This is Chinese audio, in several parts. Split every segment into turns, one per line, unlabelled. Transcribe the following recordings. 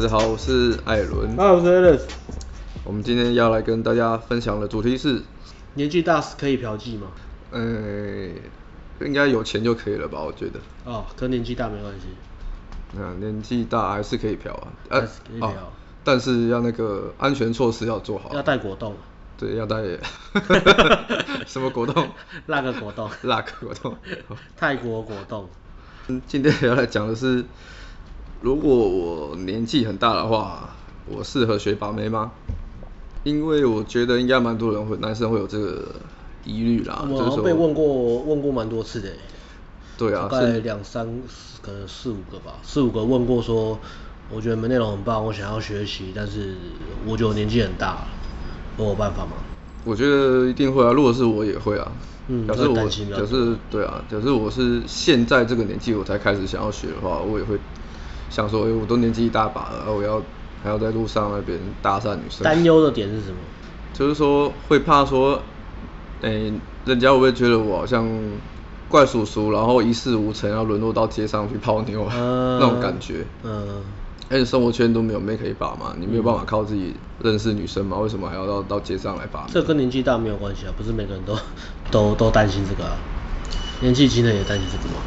家好，我是艾伦。
啊，我是 Alex。
我们今天要来跟大家分享的主题是，
年纪大是可以嫖妓吗？
呃，应该有钱就可以了吧？我觉得，
哦，跟年纪大没关系。
啊，年纪大还是可以嫖啊，
还是可以嫖
但是要那个安全措施要做好，
要带果冻，
对，要 带 什么果冻？
那个果冻，
辣个哦果冻。
泰国果冻。
嗯今天要来讲的是，如果我年纪很大的话，我适合学把妹吗？因为我觉得应该蛮多人会，男生会有这个疑虑啦。
我
就是
好像
说
被问过，问过蛮多次的耶。
对啊
大概
是
两三，可能四五个吧，四五个问过说，我觉得你们内容很棒，我想要学习，但是我觉得我年纪很大了，我有办法吗？
我觉得一定会啊，如果是我也会啊。
嗯
表示
会
我
担心比较
表
多
示对啊，表示我是现在这个年纪我才开始想要学的话，我也会想说，哎、我都年纪一大把了，啊我要还要在路上那边搭讪女生。
担忧的点是什么？
就是说会怕说，诶、人家会不会觉得我好像怪叔叔，然后一事无成，要沦落到街上去泡妞啊、
嗯
那种感觉。
嗯，
而且生活圈都没有妹可以把嘛，你没有办法靠自己认识女生嘛，为什么还要到到街上来把妹？
这跟年纪大没有关系啊，不是每个人都都都担心这个啊，年纪轻的也担心这个吗？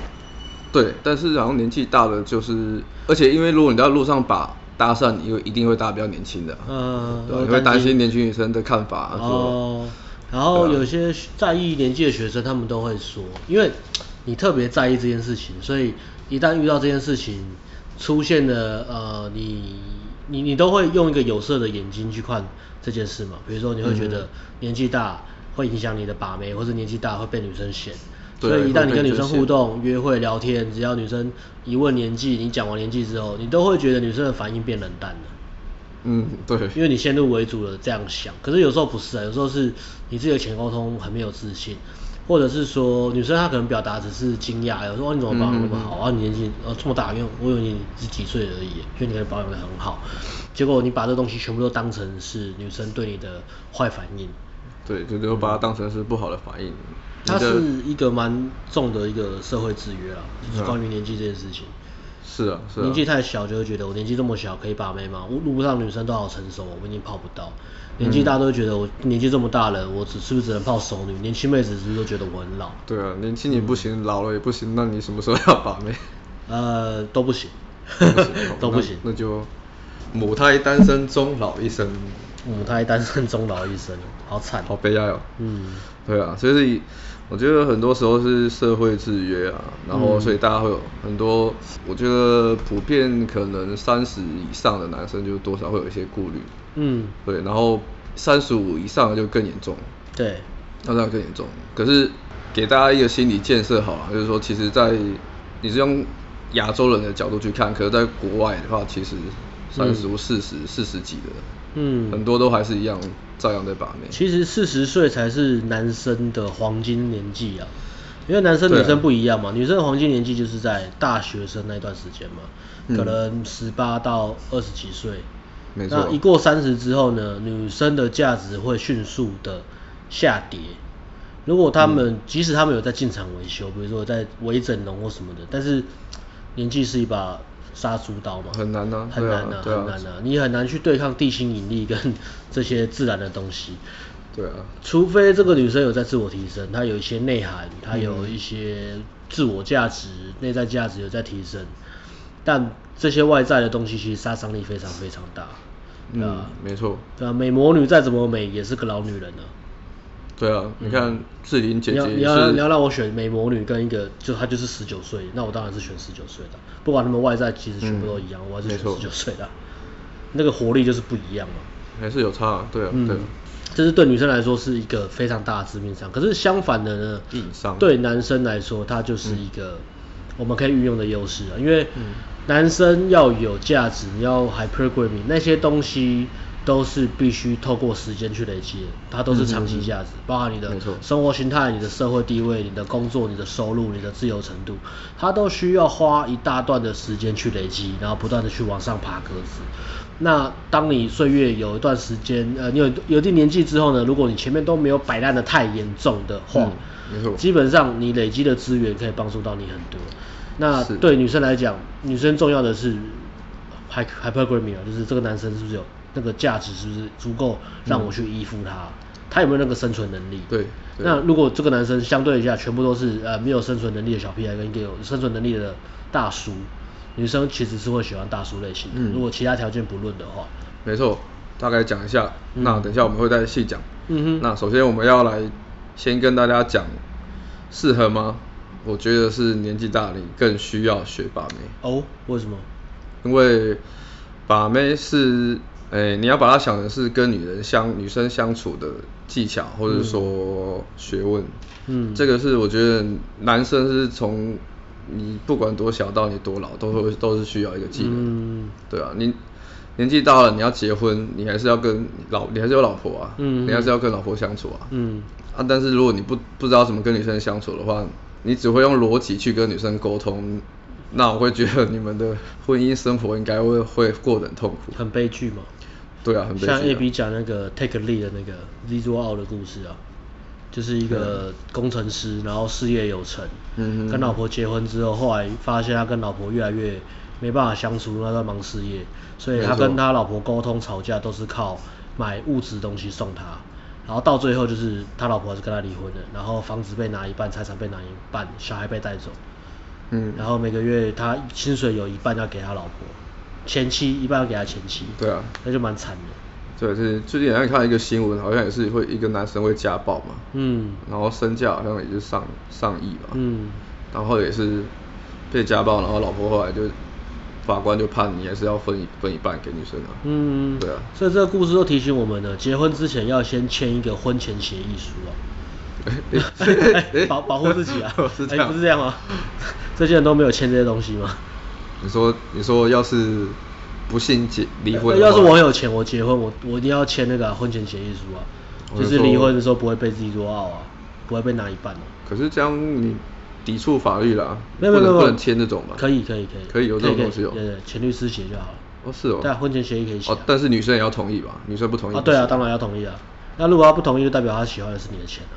对，但是好像年纪大的就是，而且因为如果你在路上把搭讪，你又一定会搭比较年轻的啊，
嗯
对吧
会
你会
担
担
心
心年轻女生的看法啊，说
哦，然后有些在意年纪的学生，他们都会说，因为你特别在意这件事情，所以一旦遇到这件事情出现了，呃，你你你都会用一个有色的眼睛去看这件事嘛。比如说，你会觉
嗯
得年纪大会影响你的把妹，或者年纪大会被女生嫌。
对
所以一旦你
会被
跟
女
女
生
生
嫌
互动、约会、聊天，只要女生一问年纪，你讲完年纪之后，你都会觉得女生的反应变冷淡了。
嗯，对，
因为你先入为主的这样想，可是有时候不是啊，有时候是你自己的前沟通很没有自信，或者是说女生她可能表达只是惊讶，有时候、哦、你怎么保养那么好、啊，你年纪哦这么大，因为我以为你是几岁而已，因为你可能保养的很好，结果你把这东西全部都当成是女生对你的坏反应，
对，就就把它当成是不好的反应。
它
你的
嗯是一个蛮重的一个社会制约啊，就是关于年纪这件事情。
是啊，是啊，
年纪太小就会觉得我年纪这么小可以把妹吗？我路上女生都好成熟，我已经泡不到。年纪大都会觉得我年纪这么大了，我只是不是只能泡熟女？年轻妹子是不是都觉得我很老？
对啊，年轻也不
嗯
行，老了也不行，那你什么时候要把 妹？
呃，都不行， 都不行。
那，那就母胎单身终老一生，
母胎单身终老一生，好惨。
好悲哀哦。
嗯，
对啊，所以我觉得很多时候是社会制约啊，然
嗯
后所以大家会有很多，我觉得普遍可能三十以上的男生就多少会有一些顾虑，
嗯，
对，然后三十五以上的就更严重，
对，
那这样更严重。可是给大家一个心理建设好了，就是说，其实在，你是用亚洲人的角度去看，可是在国外的话，其实三十五、四十、四十几的，
嗯，
很多都还是一样，照样在把妹。
其实四十岁才是男生的黄金年纪啊，因为男生
对啊
女生不一样嘛，女生的黄金年纪就是在大学生那段时间嘛，
嗯
可能十八到二十几岁，
没错
那一过三十之后呢，女生的价值会迅速的下跌。如果他
嗯
们、即使他们有在进厂维修，比如说有在微整容或什么的，但是年纪是一把杀猪刀嘛，
很难啊
很
对啊
难啊，
对啊
很难啊，你很难去对抗地心引力跟这些自然的东西。
对啊，
除非这个女生有在自我提升，她有一些内涵，
嗯
她有一些自我价值、内在价值有在提升，但这些外在的东西其实杀伤力非常非常大。
嗯，
对啊
没错，
对啊，美魔女再怎么美也是个老女人啊。
对啊，你看志玲姐
嗯你要
姐
你
也
要
是
你要让我选美魔女跟一个就她就是十九岁，那我当然是选十九岁的，不管他们外在其实全部都一样，
嗯
我还是选
没错
十九岁的啊，那个活力就是不一样嘛。
还是有差、啊，对啊，对啊
嗯，这是对女生来说是一个非常大的致命伤。可是相反的呢，
硬伤嗯
对男生来说，它就是一个我们可以运用的优势啊。因为男生要有价值，你要 hypergamy 那些东西都是必须透过时间去累积的，它都是长期价值，包含你的
嗯没错
生活形态、你的社会地位、你的工作、你的收入、你的自由程度，它都需要花一大段的时间去累积，然后不断的去往上爬格子。那当你岁月有一段时间，呃，你有有一定年纪之后呢，如果你前面都没有摆烂的太严重的话，
嗯没错
基本上你累积的资源可以帮助到你很多。那
是
对女生来讲，女生重要的是 hy hypergamy 啊，就是这个男生是不是有那个价值，是不是足够让我去依附他？他有没有那个生存能力？
嗯对对
那如果这个男生相对一下，全部都是呃没有生存能力的小屁孩，跟一个有生存能力的大叔，女生其实是会喜欢大叔类型的。
嗯
如果其他条件不论的话，
没错，大概讲一下。
嗯
那等一下我们会再细讲。
嗯哼
那首先我们要来先跟大家讲，适合吗？我觉得是年纪大的你更需要学把妹，
哦，为什么？
因为把妹是，诶、你要把它想成是跟女人相女生相处的技巧，或者说学问。
嗯
这个是我觉得男生是从你不管多小到你多老，都会都是需要一个技能。
嗯
对啊，你年纪大了，你要结婚，你还是要跟老，你还是有老婆啊，
嗯
你还是要跟老婆相处啊，
嗯
啊，但是如果你不不知道怎么跟女生相处的话，你只会用逻辑去跟女生沟通，那我会觉得你们的婚姻生活应该会会过得很痛苦。
很悲剧嘛。
对啊，很悲剧啊
像 A B 讲那个 Take a Lead 的那个 Zero Out 的故事啊，就是一个工程师，然后事业有成，
啊嗯哼
跟老婆结婚之后，后来发现他跟老婆越来越没办法相处，因为他在忙事业，所以他
没错
跟他老婆沟通吵架都是靠买物质东西送她。然后到最后就是他老婆还是跟他离婚了，然后房子被拿一半，财产被拿一半，小孩被带走，
嗯，
然后每个月他薪水有一半要给他老婆，前妻一半要给他前妻，
对啊
那就蛮惨的。
对，是最近好像看到一个新闻，好像也是会一个男生会家暴嘛，
嗯
然后身价好像也是上上亿吧，
嗯，
然后也是被家暴，然后老婆后来就法官就判你还是要分一分一半给女生啊。
嗯，
对啊，，
所以这个故事都提醒我们了，结婚之前要先签一个婚前协议书啊， 保保护自己啊
哦是这
哎
样，
不是这样吗？ 这些人都没有签这些东西吗？
你说你说要是不幸结离婚的话，
呃要是我有钱，我结婚，我我一定要签那个啊、婚前协议书啊，
我
就
就是说
离婚的时候不会被自己做傲啊，不会被拿一半啊。
可是这样你抵触法律啦，
没有没
不
有没
能
有，
不能签这种吧？
可以可以可以，
可以有这种
可
东西哦
可以对，前律师写就好了。
哦是哦，
对啊婚前协议可以写啊
哦，但是女生也要同意吧？女生不同意
啊，对啊，
不行
当然要同意啊。那如果他不同意，就代表他喜欢的是你的钱啊。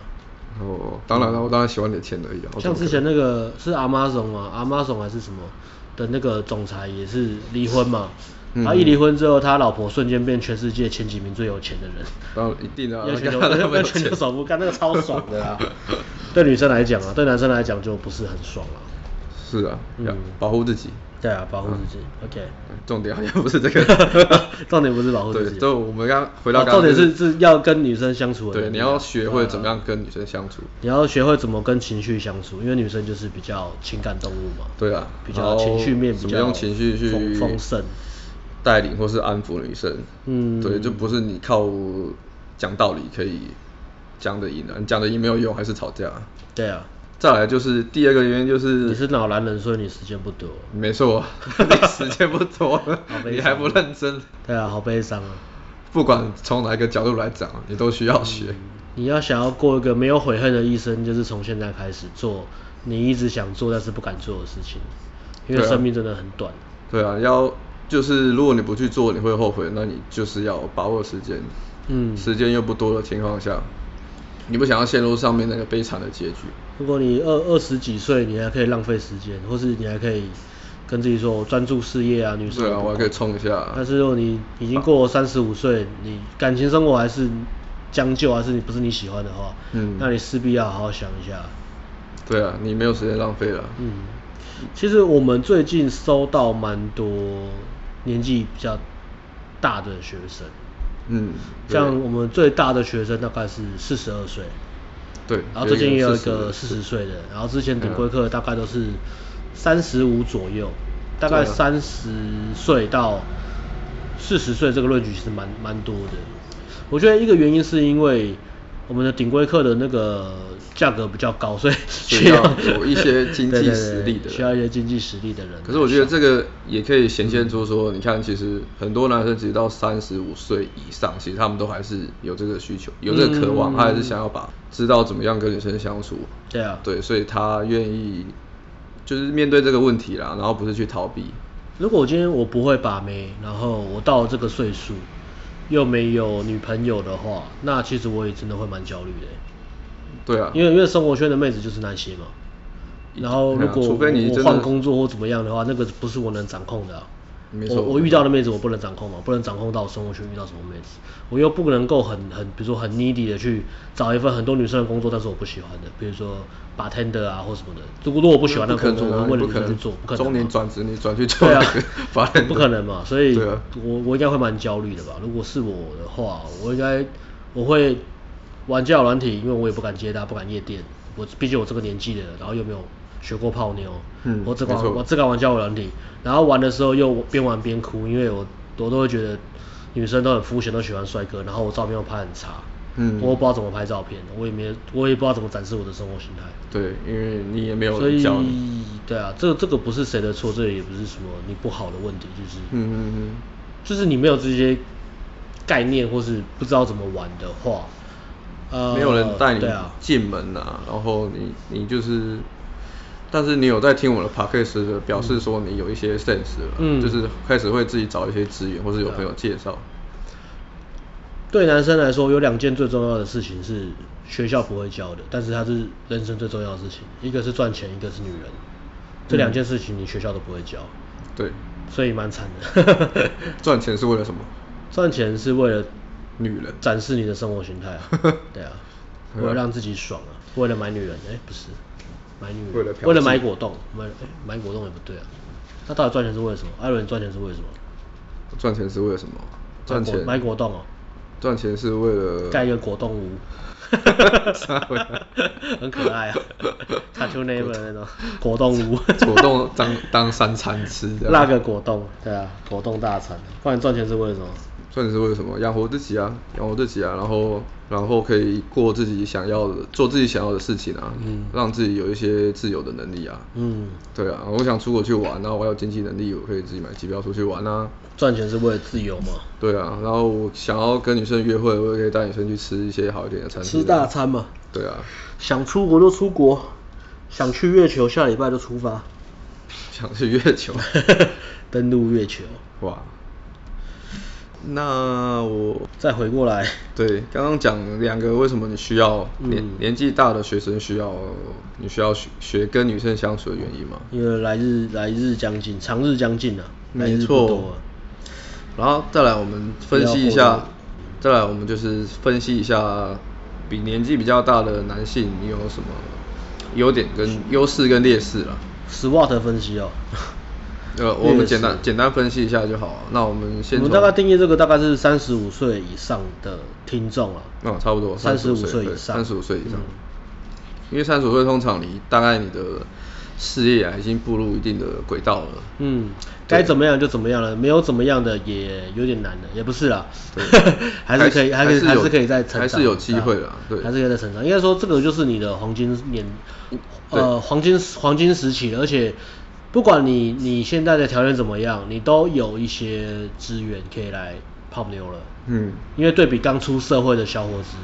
哦，当然了，我当然喜欢你的钱而已啊。我怎
像
么可
之
能
前那个是阿妈总嘛，阿妈总还是什么的那个总裁也是离婚嘛，
嗯
然后一离婚之后，他老婆瞬间变全世界前几名最有钱的人，
当然一定啊，
要全球
干他那么
要
有
全球
钱
首富，干那个超爽 的啊。对女生来讲啊，对男生来讲就不是很爽啊。
是啊，
嗯
要保护自己，
对啊，保护自己。OK，，
嗯重点好像不是这个
重点不是保护自己
对，就我们刚回到
哦
刚刚
重点
就是
是要跟女生相处的
对，
能力
你
啊
要学会怎么样跟女生相处。
你要学会怎么跟情绪相处，因为女生就是比较情感动物嘛。
对啊，
比
然
较
后
情绪面比
怎么
较
用情绪去
丰丰盛。
带领或是安抚女生，
嗯
对，就不是你靠讲道理可以讲得赢啊的，你讲得赢没有用，还是吵架。
对啊，
再来就是第二个原因就是，
你是老男人，所以你时间不多。
没 错，你时间不多了
好，悲
你
伤
还不认真，
对啊，好悲伤啊！
不管从哪一个角度来讲，你都需要学。
你要想要过一个没有悔恨的一生，就是从现在开始做你一直想做但是不敢做的事情，因为
对啊
生命真的很短。
对啊，要就是如果你不去做，你会后悔，那你就是要把握时间。
嗯，
时间又不多的情况下，你不想要陷入上面那个悲惨的结局。
如果你二二十几岁，你还可以浪费时间，或是你还可以跟自己说我专注事业啊，女生
对啊，
不
我还可以冲一下啊。
但是如果你已经过三十五岁，你感情生活还是将就，还是你不是你喜欢的话，
嗯
那你势必要好好想一下。
对啊，你没有时间浪费了。
嗯，其实我们最近收到蛮多年纪比较大的学生，
嗯，对
像我们最大的学生大概是四十二岁，
对，
然后最近也有一个四
40
十岁的，然后之前顶
嗯
规课大概都是三十五左右，大概
对啊
三十岁到四十岁这个论据其实蛮蛮多的。我觉得一个原因是因为我们的顶规课的那个价格比较高，所以
以
需要
要有一些经济
对对对
实力的人
需要一些经济实力的人。
可是我觉得这个也可以显现出说，你看，其实很多男生其实到三十五岁以上，其实他们都还是有这个需求，有这个渴望，
嗯
他还是想要把知道怎么样跟女生相处。
对啊
对，所以他愿意就是面对这个问题啦，然后不是去逃避。
如果我今天我不会把妹，然后我到了这个岁数又没有女朋友的话，那其实我也真的会蛮焦虑的欸。
对啊，
因为因为生活圈的妹子就是那些嘛。然后如果
对啊除非你
我
真的
换工作或怎么样的话，那个不是我能掌控的啊、
没
我
错
我遇到的妹子我不能掌控嘛，不能掌控到生活圈遇到什么妹子，我又不能够很很，比如说很 needy 的去找一份很多女生的工作，但是我不喜欢的，比如说 bartender 啊或什么的。如果如果我不喜欢那
不可
个工
能
作，
啊
我
你
问
不
女
可
生去
能
做，不可能嘛。
中年转职你转去做
对啊
那 个法人，
不可能嘛，所以
对啊
我我应该会蛮焦虑的吧。如果是我的话，我应该我会玩交友软体，因为我也不敢接搭，不敢夜店。我毕竟我这个年纪的了，然后又没有学过泡妞，
嗯
我只
没
敢
错
我只敢玩交友软体，然后玩的时候又边玩边哭，因为我我都会觉得女生都很肤浅，都喜欢帅哥，然后我照片又拍很差，
嗯
我又不知道怎么拍照片，我也没我也不知道怎么展示我的生活形态。
对，因为你也没有
所
人
以
教你，
对啊，这这个不是谁的错，这也不是什么你不好的问题，就是
嗯嗯嗯，
就是你没有这些概念或是不知道怎么玩的话，呃，
没有人带你
对啊，
进门呐、然后你你就是，但是你有在听我的 podcast 的，表示说你有一些 sense 了，
嗯
就是开始会自己找一些资源，或是有朋友介绍，
对男生来说有两件最重要的事情是学校不会教的，但是它是人生最重要的事情，一个是赚钱，一个是女人，这两件事情你学校都不会教，
对，
所以蛮惨的。
赚钱是为了什么？
赚钱是为了
女人
展示你的生活 形态、啊，对啊，为了让自己爽啊，为了买女人，哎、不是，买女人，
为了嫖妓
为了买果冻，买、哎买果冻也不对啊，那到底赚钱是为了什么？艾伦赚钱是为了什么？
赚钱是为了什么？赚钱
买果买果冻哦、
赚钱是为了
盖一个果冻 屋
啥鬼啊，
很可爱啊 ，Cartoon Network 那种果冻屋，
果冻当当三餐吃这样，
那个果冻，对啊，果冻大餐，不然赚钱是为了什么？
赚钱是为了什么？养活自己啊，养活自己啊，然后然后可以过自己想要的，做自己想要的事情啊，嗯，让自己有一些自由的能力啊，
嗯，
对啊，我想出国去玩，然后我有经济能力，我可以自己买机票出去玩啊，
赚钱是为了自由嘛，
对啊，然后我想要跟女生约会，我也可以带女生去吃一些好一点的餐厅、啊
吃大，餐嘛，
对啊，
想出国就出国，想去月球下礼拜就出 发，
想去月 球，
登陆月球，
哇，那我
再回过来，
对，刚刚讲两个为什么你需要年、
嗯
年纪大的学生需要你需要学学跟女生相处的原因嘛？
因为来日来日将近，长日将近啊，来
没
日
错
不多啊，
然后再来我们分析一
不要过
下，再来我们就是分析一下比年纪比较大的男性你有什么优点跟优势跟劣势啦。
SWOT 分 析哦。
呃，我
劣
们
势
简单简单分析一下就好啊。那我们
我
先
们
从
大概定义这个大概是三十五岁以上的听众啊，
嗯，差不多
三十
35
五岁以上，
三十五岁以上
嗯，
因为三十五岁通常你大概你的事业啊已经步入一定的轨道了。
嗯，该怎么样就怎么样了，没有怎么样的也有点难了，也不是啦， 还是可以，
还
还
是
可以，
还是
还
有
是可以再成长，
还是有机会啦
对
对嗯
啊，还是可以再成长。应该说这个就是你的黄金年，呃，黄金黄金时期了，而且不管你你现在的条件怎么样，你都有一些资源可以来泡妞了，
嗯，
因为对比刚出社会的小伙子，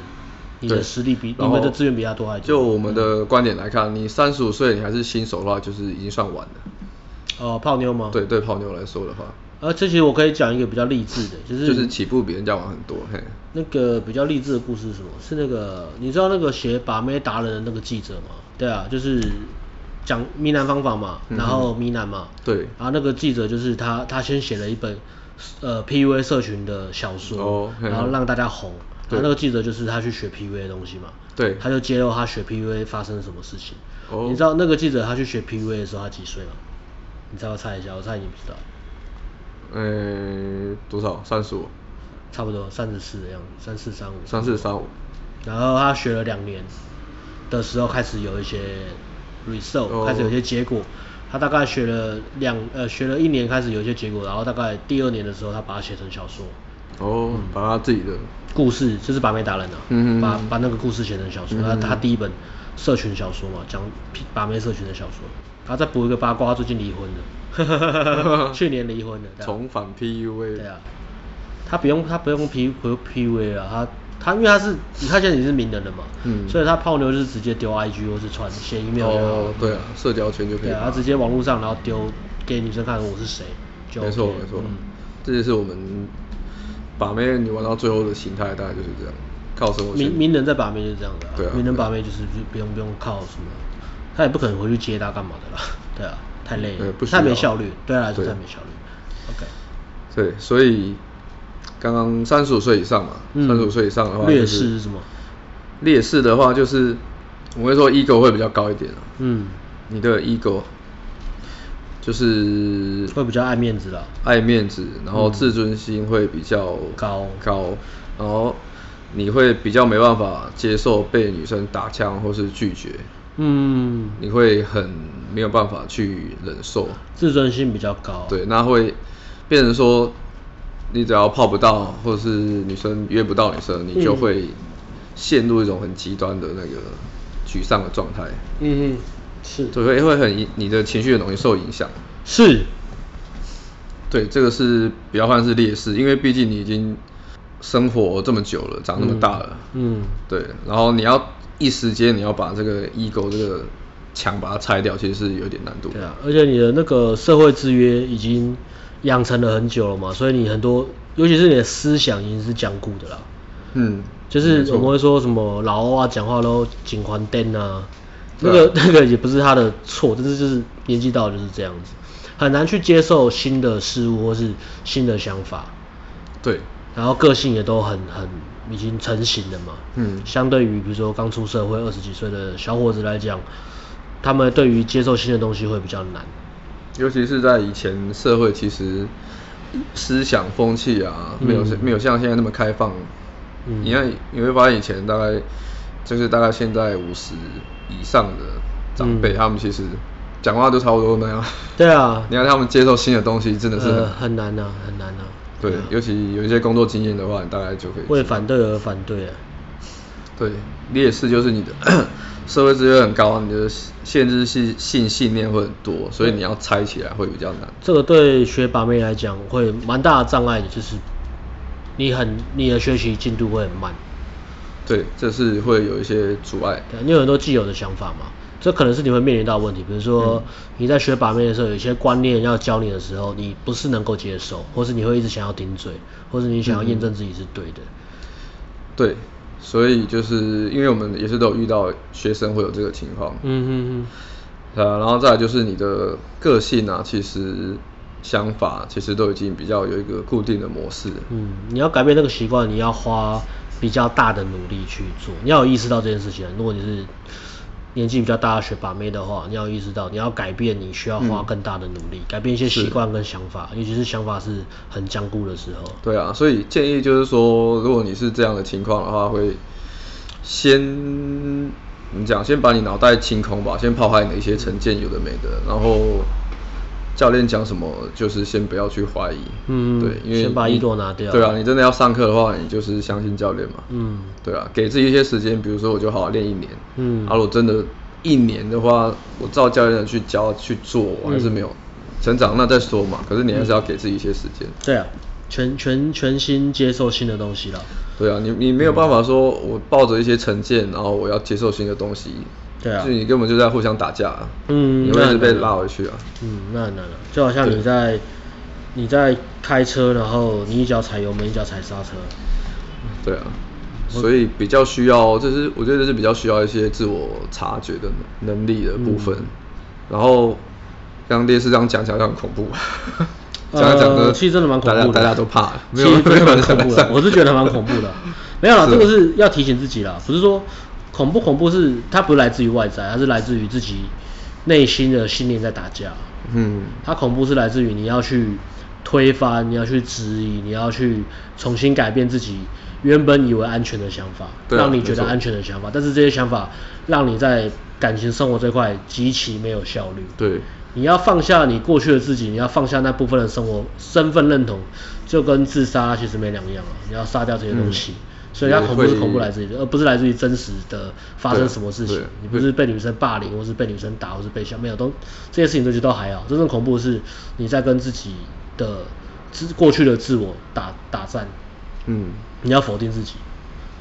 你的
对
实力比你
然后
们的资源比他多还多，嗯
就我们的观点来看，你三十五岁你还是新手的话，就是已经算晚了。
呃泡妞吗？
对对，泡妞来说的话，
啊，这其实我可以讲一个比较励志的，就是
就是起步比人家晚很多。嘿，
那个比较励志的故事是什么？是那个你知道那个写把妹达人的那个记者吗？对啊，就是讲迷男方法嘛，然后迷男嘛，
嗯对，
然后那个记者就是他，他先写了一本呃 PUA 社群的小说，
哦嘿
然后让大家红。
对
然后那个记者就是他去学 PUA 的东西嘛，
对
他就揭露他学 PUA 发生了什么事情。
哦
你知道那个记者他去学 PUA 的时候他几岁吗？你猜我猜一下，我猜你不知道，
呃，多少？三十五，
差不多三十四的样子，三四三五。
三四三五。
然后他学了两年的时候，开始有一些 result，、
哦
开始有一些结果。他大概学了两呃学了一年，开始有一些结果，然后大概第二年的时候，他把它写成小说嗯
哦，把他自己的，
故事，就是把妹达人啊，
嗯嗯嗯嗯
把把那个故事写成小说。那、他第一本社群小说嘛，讲把妹社群的小说。然后再补一个八卦，他最近离 婚了，去年离婚了。对啊
重返 PUA。
对啊，他不用他不用 P 不用 PUA 了，他他因为他是他现在已经是名人了嘛，
嗯
所以他泡妞就是直接丢 IG 或是传写 email 就好了
哦，对啊，社交圈就可以
对啊，
把
他直接网络上然后丢给女生看我是谁，就
没错
OK 了
没错
嗯，
这就是我们把妹你玩到最后的形态，大概就是这样，靠生活圈
名。名人在把妹就是这样的、
对啊
名人把妹就是就不用不用靠什么，他也不可能回去接搭干嘛的啦，对啊，太累了
对，不需
太没
要
效率，对他来说
对
啊太没效率。 OK，
对，所以刚刚三十五岁以上嘛，
嗯
三十五岁以上的话、
劣
就
势
是
是什么？
劣势的话就是我会说 ego 会比较高一点啊，
嗯，
你的 ego 就是
会比较爱面子啦。嗯
爱面子，然后自尊心会比较
高
高，然后你会比较没办法接受被女生打枪或是拒绝，
嗯，
你会很没有办法去忍受，
自尊心比较高。啊
对，那会变成说，你只要泡不到，或者是女生约不到女生，你就
嗯
会陷入一种很极端的那个沮丧的状态，
嗯嗯，是
对，会会很影你的情绪很容易受影响。
是，
对，这个是比较算是劣势，因为毕竟你已经生活这么久了，长那么大了，
嗯，
对，然后你要一时间你要把这个 ego 这个墙把它拆掉，其实是有点难度。
对啊，而且你的那个社会制约已经养成了很久了嘛，所以你很多，尤其是你的思想已经是僵固的啦。
嗯，
就是
没错
我们会说什么老欧啊，讲话都紧环灯啊，那
对啊
个 那个也不是他的错，但是就是年纪到了就是这样子，很难去接受新的事物或是新的想法，
对，
然后个性也都很很已经成型了嘛。
嗯
相对于比如说刚出社会二十几岁的小伙子来讲，他们对于接受新的东西会比较难。
尤其是在以前社会，其实思想风气啊，没有、
嗯
没有像现在那么开放。
嗯
你看，你会发现以前大概就是大概现在五十以上的长辈，
嗯
他们其实讲话都差不多那样。
对啊，
你看他们接受新的东西真的是很、
呃很难啊，很难啊。
对，
啊
尤其有一些工作经验的话，你大概就可以
为
知道
反对而反对啊。
对劣势就是你的社会资源很高，你的限制性性信念会很多，所以你要拆起来会比较难。
这个对学把妹来讲会蛮大的障碍的，就是你很你的学习进度会很慢，
对，这是会有一些阻碍。
对，你有很多既有的想法嘛，这可能是你会面临到的问题，比如说你在学把妹的时候，有一些观念要教你的时候，你不是能够接受，或是你会一直想要顶嘴，或是你想要验证自己是对的，
对，所以就是因为我们也是都有遇到学生会有这个情况，
嗯嗯
呃，然后再来就是你的个性啊，其实想法其实都已经比较有一个固定的模式了。
嗯，你要改变那个习惯，你要花比较大的努力去做，你要有意识到这件事情啊。如果你是年纪比较大的学把妹的话，你要有意识到你要改变，你需要花更大的努力，改变一些习惯跟想法，尤其是想法是很坚固的时候。
对啊，所以建议就是说，如果你是这样的情况的话，会先怎么讲？先把你脑袋清空吧，先抛开你的一些成见，有的没的。然后教练讲什么，就是先不要去怀疑。
嗯
对，因为
先把
你
ego 拿掉
对啊，你真的要上课的话，你就是相信教练嘛。
嗯
对啊，给自己一些时间，比如说我就好好练一年。
嗯
啊，如果真的一年的话，我照教练的去教去做，我
嗯
还是没有成长，那再说嘛。可是你还是要给自己一些时间。
对啊，全全全心接受新的东西了。
对啊，你你没有
嗯
办法说，我抱着一些成见，然后我要接受新的东西，
对啊
就你根本就在互相打架、啊，
嗯
你会一直被
那
拉回去啊。
嗯，那很难了，就好像你在你在开车，然后你一脚踩油门，一脚踩刹车。
对啊，所以比较需要，就是我觉得这是比较需要一些自我察觉的能能力的部分。
嗯
然后刚刚烈士这样讲起来就很恐怖，讲一讲
呃
呢，
其实真的蛮恐怖的，
大家大家都怕了，没
其
有
实
没
真
有
的蛮
人想
恐怖的
上，
我是觉得蛮恐怖 的。没有啦，
是
这个是要提醒自己啦，不是说恐不恐怖是它不是来自于外在，它是来自于自己内心的信念在打架。
嗯，
它恐怖是来自于你要去推翻，你要去质疑，你要去重新改变自己原本以为安全的想法，
对啊
让你觉
没
得
错
安全的想法，但是这些想法让你在感情生活这块极其没有效率。
对，
你要放下你过去的自己，你要放下那部分的生活身份认同，就跟自杀其实没两样啊。你要杀掉这些东西，所以它
也
恐怖是
嗯会
恐怖来自于，而不是来自于真实的发生什么事情
对啊。
你不是被女生霸凌，或是被女生打，或是被小没有都这些事情都觉得都还好。真正恐怖是你在跟自己的自过去的自我打打战，
嗯，
你要否定自己，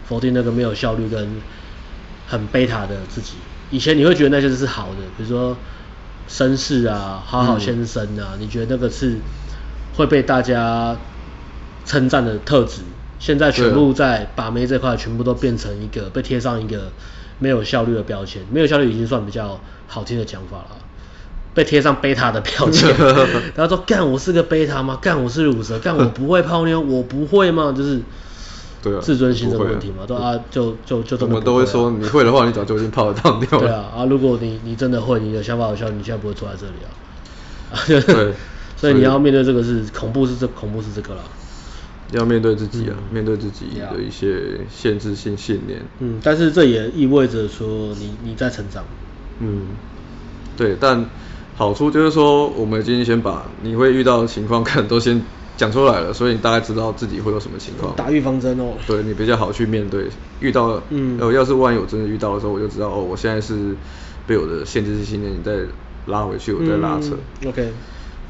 否定那个没有效率跟很贝塔的自己。以前你会觉得那些是好的，比如说绅士啊、好好先生啊，你觉得那个是会被大家称赞的特质。现在全部在把妹这块，全部都变成一个被贴上一个没有效率的标签。没有效率已经算比较好听的讲法了。被贴上贝塔的标签，然后说干我是个贝塔吗？干我是乳蛇？干我不会泡妞？我不会吗？就是
对啊
自尊心的
不会啊
问题嘛，对啊，就就就
我
真的
们
不
都会
啊
说，你会的话，你早就已经泡得到掉
对
了。
啊啊！如果你你真的会，你的想法有效，你现在不会坐在这里啊。啊
对
所
所
以
以
你要面对这个是恐怖是这恐怖是这个啦。
要面对自己啊，
嗯
面对自己
Yeah
的一些限制性信念。
嗯，但是这也意味着说你你在成长。
嗯，对，但好处就是说，我们已经先把你会遇到的情况 可能都先讲出来了，所以你大概知道自己会有什么情况。
打预防针哦。
对你比较好去面对，遇到
嗯
呃，要是万一我真的遇到的时候，我就知道哦，我现在是被我的限制性信念再拉回去，我再拉扯。
嗯 OK，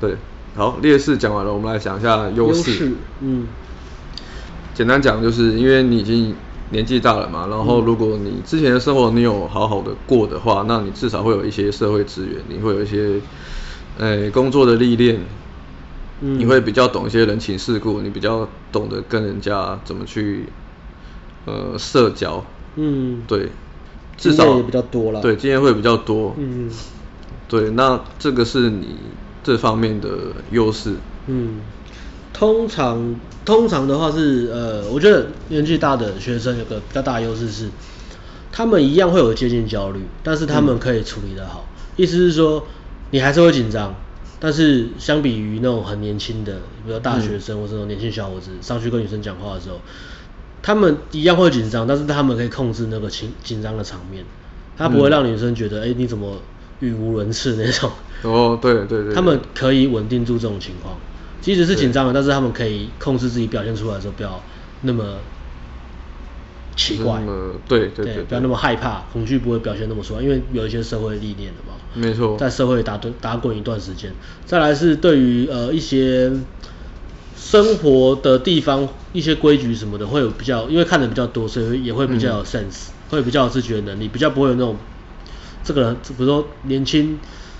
对，好，劣势讲完了，我们来讲一下优势。
嗯
简单讲，就是因为你已经年纪大了嘛，然
嗯
后如果你之前的生活你有好好的过的话，那你至少会有一些社会资源，你会有一些呃工作的历练，
嗯，
你会比较懂一些人情世故，你比较懂得跟人家怎么去呃社交，
嗯
对，至
经验
少
也比较多啦
对，经验会比较多，
嗯
对，那这个是你这方面的优势，
嗯，通常通常的话是呃，我觉得年纪大的学生有个比较大的优势是，他们一样会有接近焦虑，但是他们可以处理得好。意思是说，你还是会紧张，但是相比于那种很年轻的，比如大学生或者那种年轻小伙子上去跟女生讲话的时候，他们一样会紧张，但是他们可以控制那个紧紧张的场面，他不会让女生觉得哎、诶你怎么语无伦次那种。
哦，对对对对
他们可以稳定住这种情况，即使是紧张了，但是他们可以控制自己表现出来的时候，不要那么奇怪
那，么对对对，
不要那么害怕，恐惧不会表现那么出来，因为有一些社会历练的嘛，
没错，
在社会打滚打滚一段时间，再来是对于呃一些生活的地方一些规矩什么的，会有比较，因为看的比较多，所以也会比
嗯
较有 sense，、会比较有自觉能力，比较不会有那种这个人，比如说年轻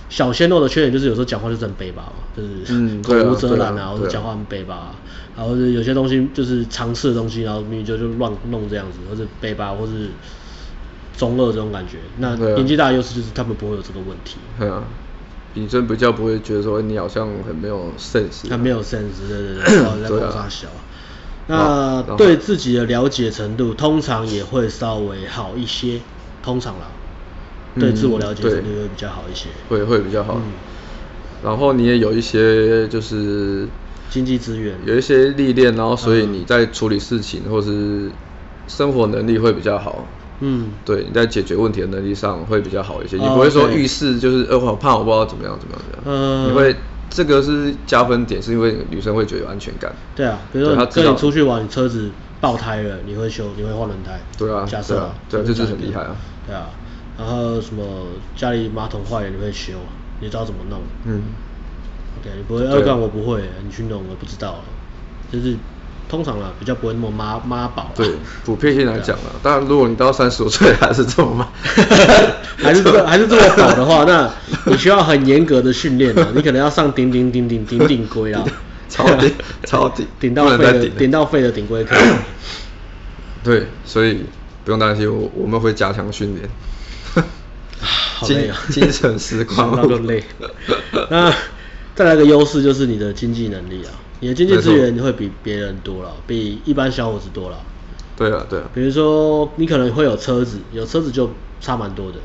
小鲜肉的缺点就是有时候讲话就是很北吧嘛，就是
嗯
口
对啊
无遮
对
拦
啊
或者
对啊
讲话很北吧、然后是有些东西就是尝试的东西，然后明明就就乱弄这样子，或者北吧，或是中二这种感觉。那
对啊
年纪大的优势就是他们不会有这个问题。
对啊，你真比较不会觉得说你好像很没有 sense，
他没有 sense，对对对，然后在
对
爆
啊
炸小。
好
那
然后
对自己的了解程度，通常也会稍微好一些，通常啦，对
嗯
自我了解程度
对
会比较好一些。
会会比较好、
嗯
然后你也有一些就是
经济资源，
有一些历练，然后所以你在处理事情或是生活能力会比较好。
嗯，
对，你在解决问题的能力上会比较好一些，
哦
你不会说
对
遇事就是呃我好怕，我不知道怎么样怎么样怎么样。
嗯
你会这个是加分点，是因为女生会觉得有安全感。
对啊，比如说
对
你
他知
跟
道
你出去玩，你车子爆胎了，你会修，你会换轮胎，
对啊
假设
对啊对啊
就
这就是很厉害啊，
对啊，然后什么家里马桶坏了，你会修，啊你知道怎么弄，
嗯，
OK，你不会二
对
杠我不会，你去弄我不知道，啊就是通常啦，比较不会那么妈妈宝啦。啊
对，普遍性来讲了，当然如果你到三十岁还是这么 慢，
还是这个还是这么好的话，那你需要很严格的训练啊，你可能要上顶顶顶顶顶顶规啊，
超顶超顶
顶到
不能
废
再
的
顶了
顶到废的顶规课。
对，所以不用担心，我我们会加强训练。
好
精
累啊，
精神时 光
想到都 累。那再来个优势就是你的经济能力啊，你的经济资源会比别人多了，比一般小伙子多了。
对啊，对啊，
比如说你可能会有车子，有车子就差蛮多的。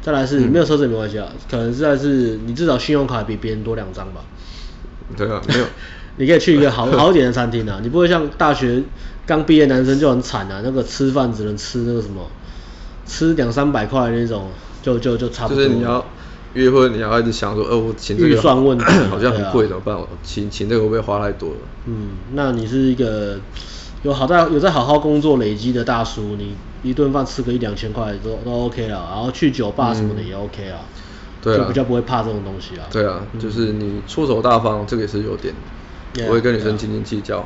再来是没有车子也没关系啊，可能再来是你至少信用卡比别人多两张吧。
对啊，没有，
你可以去一个好好一点的餐厅啊，你不会像大学刚毕业男生就很惨啊，那个吃饭只能吃那个什么，吃两三百块那种，就就就差不
就
多了。
是你要约会，你要一直想说，呃，我请这个
预算问题
好像
对啊
很贵，怎么办？我请请这个会不会花太多了？
嗯，那你是一个有好在有在好好工作累积的大叔，你一顿饭吃个一两千块都都 OK 了，然后去酒吧什么的也 OK 啊，
嗯对啊
就比较不会怕这种东西啊。
对啊，就是你出手大方，这个也是优点
Yeah，，啊
不会跟女生斤斤计较。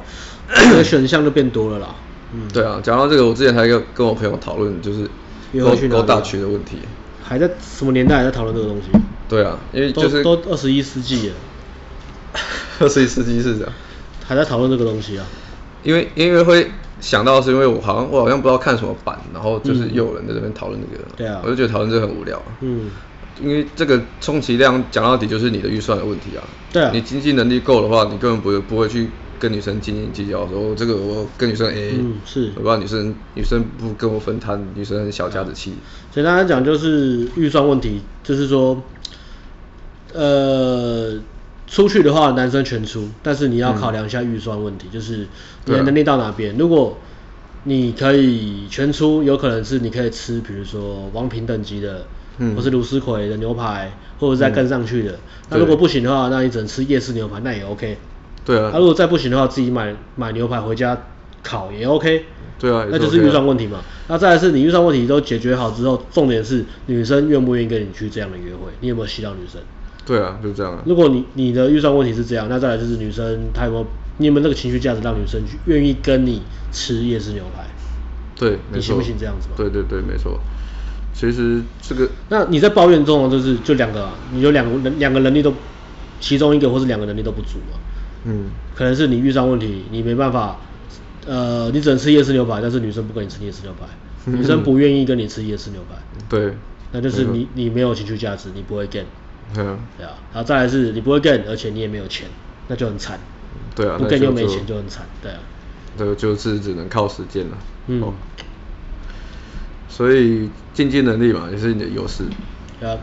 你的选项就变多了啦。嗯，
对啊，讲到这个，我之前还跟跟我朋友讨论，就是
约
勾
会去哪
勾
里
大群的问题。
还在什么年代还在讨论这个东西？
对啊，因为就是
都都二十一世纪了，
二十一世纪是这样。
还在讨论这个东西啊？
因为因为会想到是因为我好像我好像不知道看什么版，然后就是又有人在这边讨论这个，
嗯对啊
我就觉得讨论这个很无聊，
嗯，
因为这个充其量讲到底就是你的预算的问题啊。
对啊
你经济能力够的话，你根本不会不会去跟女生斤斤计较，说这个我跟女生 A，
嗯是
我不然女生女生不跟我分摊，女生很小家子气。
简单来讲就是预算问题，就是说，呃，出去的话男生全出，但是你要考量一下预算问题，就是你
对
的
啊
能力到哪边。如果你可以全出，有可能是你可以吃，比如说王品等级的，
嗯
或是卢斯奎的牛排，或者再更上去的。那如果不行的话，那你只能吃夜市牛排，那也 OK。
对啊
那、，如果再不行的话，自己买买牛排回家烤也 OK。
对啊，也
那就是
OK 啊
预算问题嘛。那再来是你预算问题都解决好之后，重点是女生愿不愿意跟你去这样的约会，你有没有吸到女生？
对啊，就这样啊。
如果你你的预算问题是这样，那再来就是女生她有没有你有没有那个情绪价值让女生去愿意跟你吃夜市牛排？
对，
你
没
信
错
不信这样子嘛
对对对，没错。其实这个
那你在抱怨中就是就两个、啊，你有两个人两个能力都，其中一个或是两个能力都不足嘛，
嗯，
可能是你遇上问题，你没办法，呃，你只能吃夜市牛排，但是女生不跟你吃夜市牛排，
嗯
女生不愿意跟你吃夜市牛排，
对，
那就是
嗯
你你没有情绪价值，你不会 get。
对啊，
对啊，然后再来是你不会 get，而且你也没有钱，那就很惨。
对啊，
不
那
get
就
又没
就
钱就很惨，对啊。
这个就是只能靠实践了。
嗯
哦所以竞技能力嘛，也是你的优势。
对啊，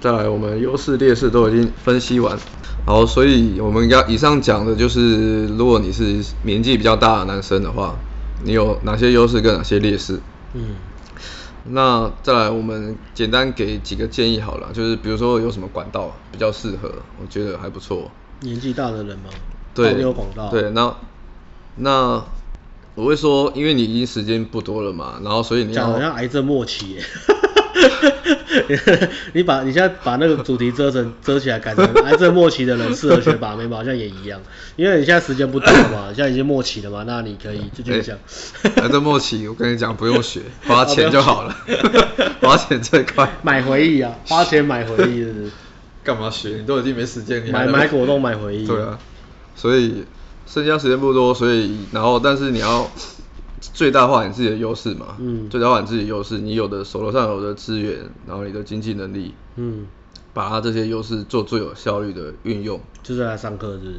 再来，我们优势劣势都已经分析完，好，所以我们要以上讲的就是，如果你是年纪比较大的男生的话，你有哪些优势跟哪些劣势？
嗯，
那再来，我们简单给几个建议好了，就是比如说有什么管道比较适合，我觉得还不错。
年纪大的人嘛，
对，
没有广告，
对，那那我会说，因为你已经时间不多了嘛，然后所以你
讲得
要
好像癌症末期耶。 你把你现在把那个主题遮成 遮起来，改成癌症末期的人适合学把妹吧，好像也一样，因为你现在时间不多了 嘛，现在已经末期了嘛，那你可以就继续讲。
癌症末期，我跟你讲不用学， 花钱就
哦
好了， 花钱最快。
买回忆啊，花钱买回忆是不是？
干嘛学？你都已经没时间，你还
买
能
买果冻买回忆
对啊，所以剩下时间不多，所以然后但是你要最大化你自己的优势嘛，
嗯
最大化你自己的优势，你有的手头上有的资源，然后你的经济能力，
嗯，
把它这些优势做最有效率的运用。
就是来上课是不是？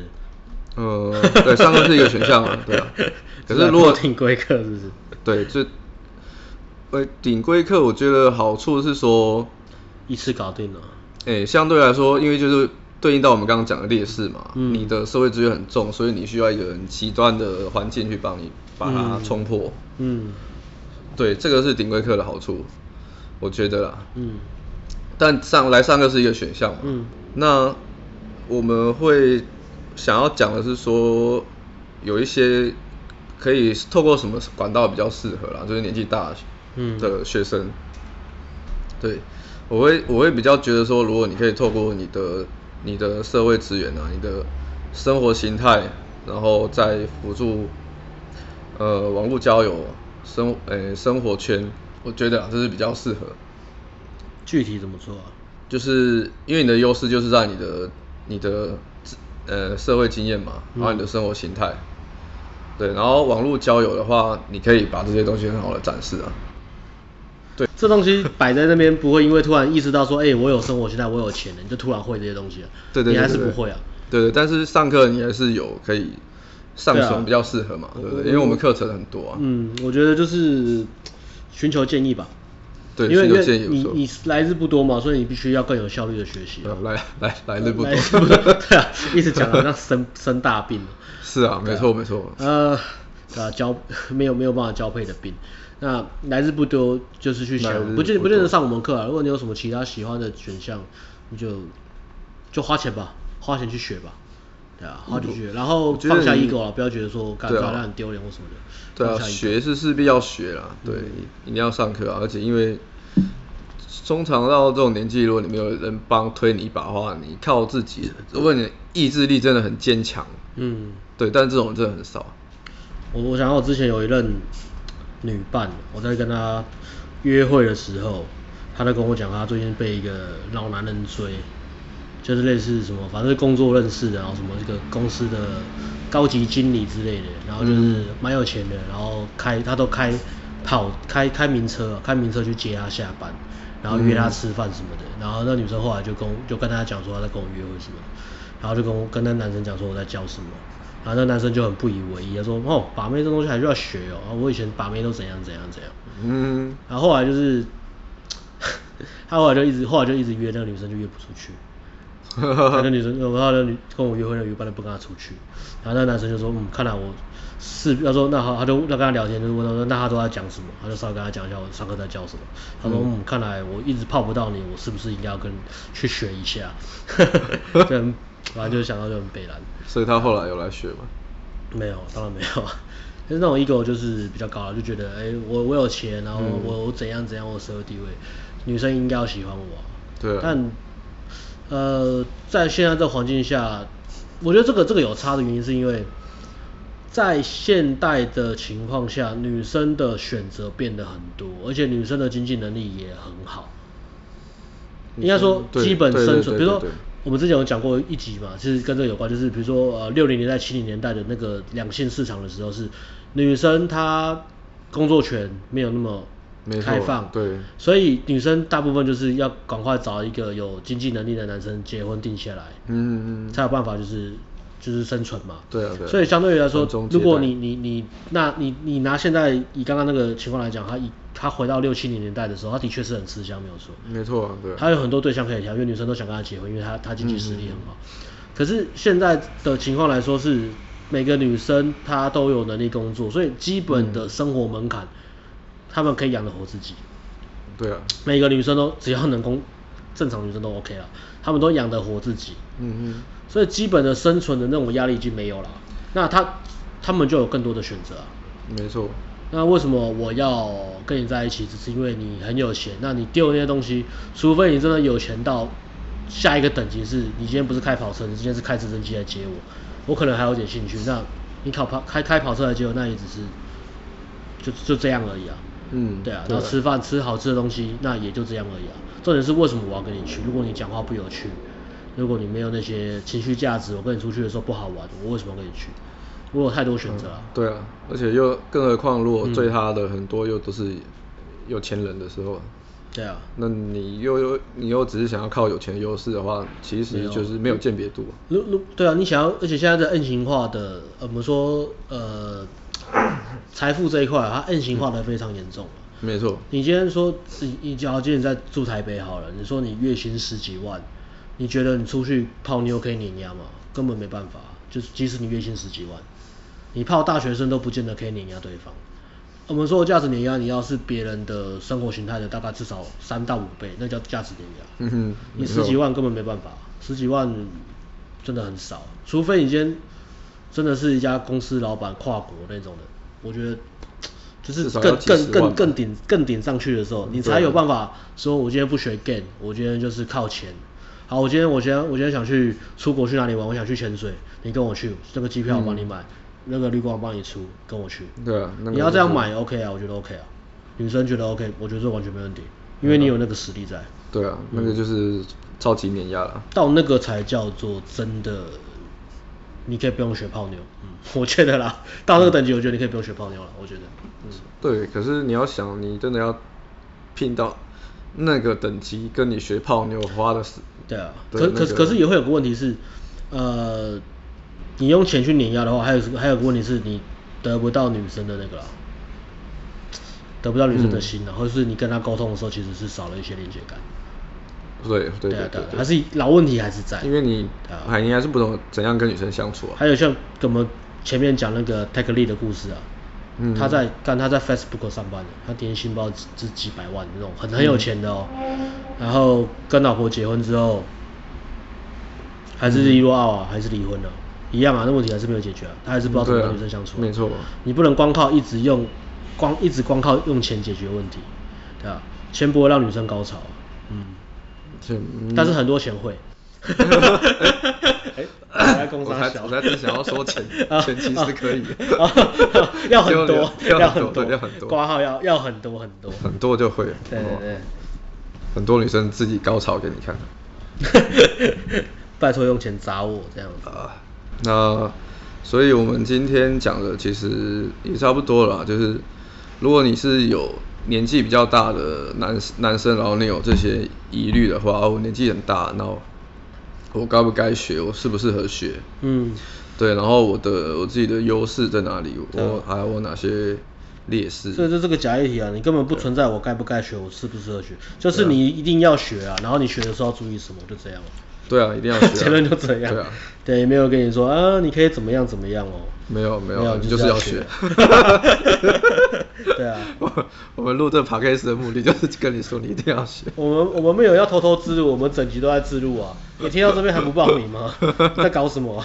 呃，对，上课是一个选项嘛，对啊。可是如果
挺贵客是不啊是？
对，就呃顶规课，我觉得好处是说，
一次搞定了，
诶、哎相对来说，因为就是对应到我们刚刚讲的劣势嘛，
嗯
你的社会资源很重，所以你需要一个很极端的环境去帮你把它冲破。
嗯
对，这个是顶规课的好处，我觉得啦。
嗯
但上来上课是一个选项嘛，
嗯
那我们会想要讲的是说，有一些可以透过什么管道比较适合啦，就是年纪大的
嗯
的学生。对，我会我会比较觉得说，如果你可以透过你的你的社会资源啊，你的生活形态，然后再辅助呃网络交友生呃、生活圈，我觉得、啊、这是比较适合。
具体怎么做啊？
就是因为你的优势就是在你的你的呃社会经验嘛，
嗯
然后你的生活形态，对，然后网络交友的话，你可以把这些东西很好的展示啊。
这东西摆在那边，不会因为突然意识到说，哎、我有生活现在我有钱了，你就突然会这些东西了。
对对对
你还是
对对
不会啊。
对，但是上课你还是有可以上
对啊
手比较适合嘛，对不对？因为我们课程很多啊，
嗯，我觉得就是寻求建议吧。
对，
因为
是
因
有建
为
议
你
不错
你来日不多嘛，所以你必须要更有效率的学习。啊
呃来来来日不多
来，日不多， 对啊，一直讲好像生生大病了。
是啊，没错没错，
呃，啊，交没有没有办法交配的病。那来日不多，就是去
来日
想，
不
不见
多
不见得上我们课啊。如果你有什么其他喜欢的选项，你就就花钱吧，花钱去学吧，对啊，花钱去学，然后
我觉得
放下
你
ego 啊，不要觉得说干
对啊
这好像很丢脸或什么的。
对啊，
放下 ego
学是势必要学啦，
嗯
对，一定要上课啊，而且因为通常到这种年纪，如果你没有人帮推你一把的话，你靠自己，如果你的意志力真的很坚强，
嗯，
对，但这种人真的很少。
我我想到我之前有一任女伴，我在跟她约会的时候，她就跟我讲，她最近被一个老男人追，就是类似什么，反正是工作认识的，然后什么这个公司的高级经理之类的，然后就是蛮有钱的，然后开他都开跑开开名车，开名车去接她下班，然后约她吃饭什么的。然后那女生后来就跟我就跟她讲说她在跟我约会什么，然后就跟我跟那男生讲说我在教什么。然后那男生就很不以为意，他说：“哦，把妹这东西还是要学哦，啊我以前把妹都怎样怎样怎样。”
嗯，
然后后来就是， 他后来就一直后来就一直约那个女生，就约不出去。 那个女生，然后那女跟我约会那女班的不跟她出去，然后那男生就说，嗯，看来我是，他说那好，他就那跟他聊天，就是问他说，那他都在讲什么？他就稍微跟他讲一下我上课在教什么。他说，嗯，看来我一直泡不到你，我是不是应该要跟去学一下？就很，反正就想到就很北蓝。
所以他后来有来学嘛？
没有，当然没有。 但是那种 ego 就是比较高了，就觉得哎、我我有钱，然后我我怎样怎样，我有社会地位，女生应该要喜欢我啊、
对啊
但呃，在现在这环境下，我觉得这个这个有差的原因是因为，在现代的情况下，女生的选择变得很多，而且女生的经济能力也很好。应该说
对
基本
对
生
对对
存，比如说
对对
我们之前有讲过一集嘛，其实跟这个有关，就是比如说呃六零年代、七零年代的那个两性市场的时候是，女生她工作权没有那么
没错
开放，
对
所以女生大部分就是要赶快找一个有经济能力的男生结婚定下来，
嗯嗯嗯，
才有办法就是就是生存嘛。
对啊对啊
所以相对来说
传宗，接
如果
代
你你你那你你拿现在以刚刚那个情况来讲，他以他回到六七零年代的时候，他的确是很吃香，没有错。
没错啊，对啊，
他有很多对象可以挑，因为女生都想跟他结婚，因为他他经济实力很好。可是现在的情况来说是，每个女生她都有能力工作，所以基本的生活门槛，她们可以养得活自己。
对啊，
每个女生都只要能工，正常女生都 OK 了，她们都养得活自己，
嗯嗯，
所以基本的生存的那种压力已经没有了。那她她们就有更多的选择啊。
嗯没错，
那为什么我要跟你在一起？只是因为你很有钱。那你丢那些东西，除非你真的有钱到下一个等级是，你今天不是开跑车，你今天是开直升机来接我，我可能还有点兴趣。那你考跑开开跑车来接我，那也只是就就这样而已啊。
嗯
对啊，
对
然
啊
后吃饭吃好吃的东西，那也就这样而已啊。重点是为什么我要跟你去？如果你讲话不有趣，如果你没有那些情绪价值，我跟你出去的时候不好玩，我为什么要跟你去？我有太多选择了、
对啊，而且又更何况，如果
嗯
追他的很多又都是有钱人的时候，
对啊。
那你又又你又只是想要靠有钱优势的话，其实就是没有鉴别度啊。
如如对啊，你想要，而且现在的 N 型化的，呃我们说呃， 财富这一块啊，它 N 型化的非常严重啊。
没错，
你今天说，你你假如今天在住台北好了，你说你月薪十几万，你觉得你出去泡妞可以碾压吗？根本没办法，就是即使你月薪十几万，你泡大学生都不见得可以碾压对方。我们说的价值碾压，你要是别人的生活形态的大概至少三到五倍，那叫价值碾压。
嗯哼，
你
没
十
错
几万根本没办法，十几万真的很少，除非你今天真的是一家公司老板跨国那种的，我觉得就是
至少要
更
几十
更
万吧
更更顶更顶上去的
嗯
时候，你才有办法说，我今天不学 game，我今天就是靠钱。好，我今天我今天我今天想去出国去哪里玩，我想去潜水，你跟我去，这个机票我帮你买，那个旅馆我帮你出，跟我去。
嗯对啊，那个
你要这样
就是
买 OK 啊，我觉得 OK 啊，女生觉得 OK，我觉得这完全没问
啊
题，因为你有那个实力在。
对啊，那
嗯
个就是超级碾压了。
到那个才叫做真的，你可以不用学泡妞，嗯，我觉得啦，到那个等级，我觉得你可以不用学泡妞了，我觉得，嗯，
对，可是你要想，你真的要拼到那个等级，跟你学泡妞花的是，
对啊，
对
可
那
可
个
可是也会有个问题是，呃，你用钱去碾压的话，还有还有个问题是你得不到女生的那个啦，得不到女生的心
嗯
啊，或者是你跟她沟通的时候，其实是少了一些连接感，
对对
啊
对
对
对
啊，
对，
还是老问题还是在，
因为你
对啊
还你还是不懂怎样跟女生相处啊。
还有像我们前面讲那个泰克利的故事啊，
嗯
他在干他在 Facebook 上班的，他年薪包是几百万那种，很很有钱的哦。然后跟老婆结婚之后，还是一路傲啊，还是离婚了、一样啊，那问题还是没有解决啊，他还是不知道怎么
对
跟
啊
女生相处啊、
没错
你不能光靠一直用光一直光靠用钱解决问题，对吧、钱不会让女生高潮啊、嗯。
且嗯
但是很多钱会。哎我在工
我
商
才
小
我才正想要说钱
啊
钱其实可以
啊啊要很
要
多，
要很
很
多
多，
对要很多
挂号要要很多很多。
很多就会，
对
好不好
对
很多女生自己高潮给你看
对，拜托用钱砸我这样子。
啊。那所以我们今天讲的其实也差不多了啊，就是如果你是有年纪比较大的男男生，然后你有这些疑虑的话，啊我年纪很大，那我我该不该学？我适不适合学？
嗯，
对，然后我的我自己的优势在哪里？我
嗯
还有我哪些劣势？
所以这是个假议题啊，你根本不存在我该不该学，我适不适合学，就是你一定要学啊，然后你学的时候要注意什么，就这样。
对啊，一定要学、啊。
结论就这样。
对啊，
对没有跟你说啊，你可以怎么样怎么样哦。
没有没有
有，
你
就
就是
要
要学
对啊，
我 我们录这 podcast 的目的就是跟你说，你一定要学。
我们我们没有要偷偷自录，我们整集都在自录啊。
呃
你听到这边还不报名 吗？ 在搞什么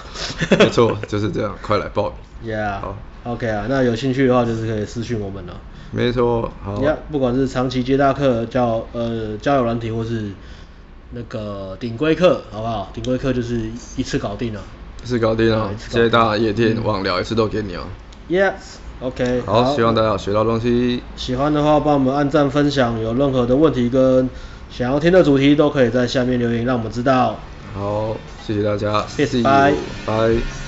没错，就是这样，快来报名。
？Yeah，
好
OK 啊，那有兴趣的话就是可以私讯我们了、
没错，好
你看，不管是长期接大课、教呃交友软体，或是那个顶规课，好不好？顶规课就是一次搞定了。
是搞定了
好，
接大夜
嗯
店网聊一次都给你哦。
Yes，OK，、
好，希望大家有学到东西。
喜欢的话，帮我们按赞、分享。有任何的问题跟想要听的主题，都可以在下面留言，让我们知道。
好，谢谢大家，
Peace，
See you，
bye
拜。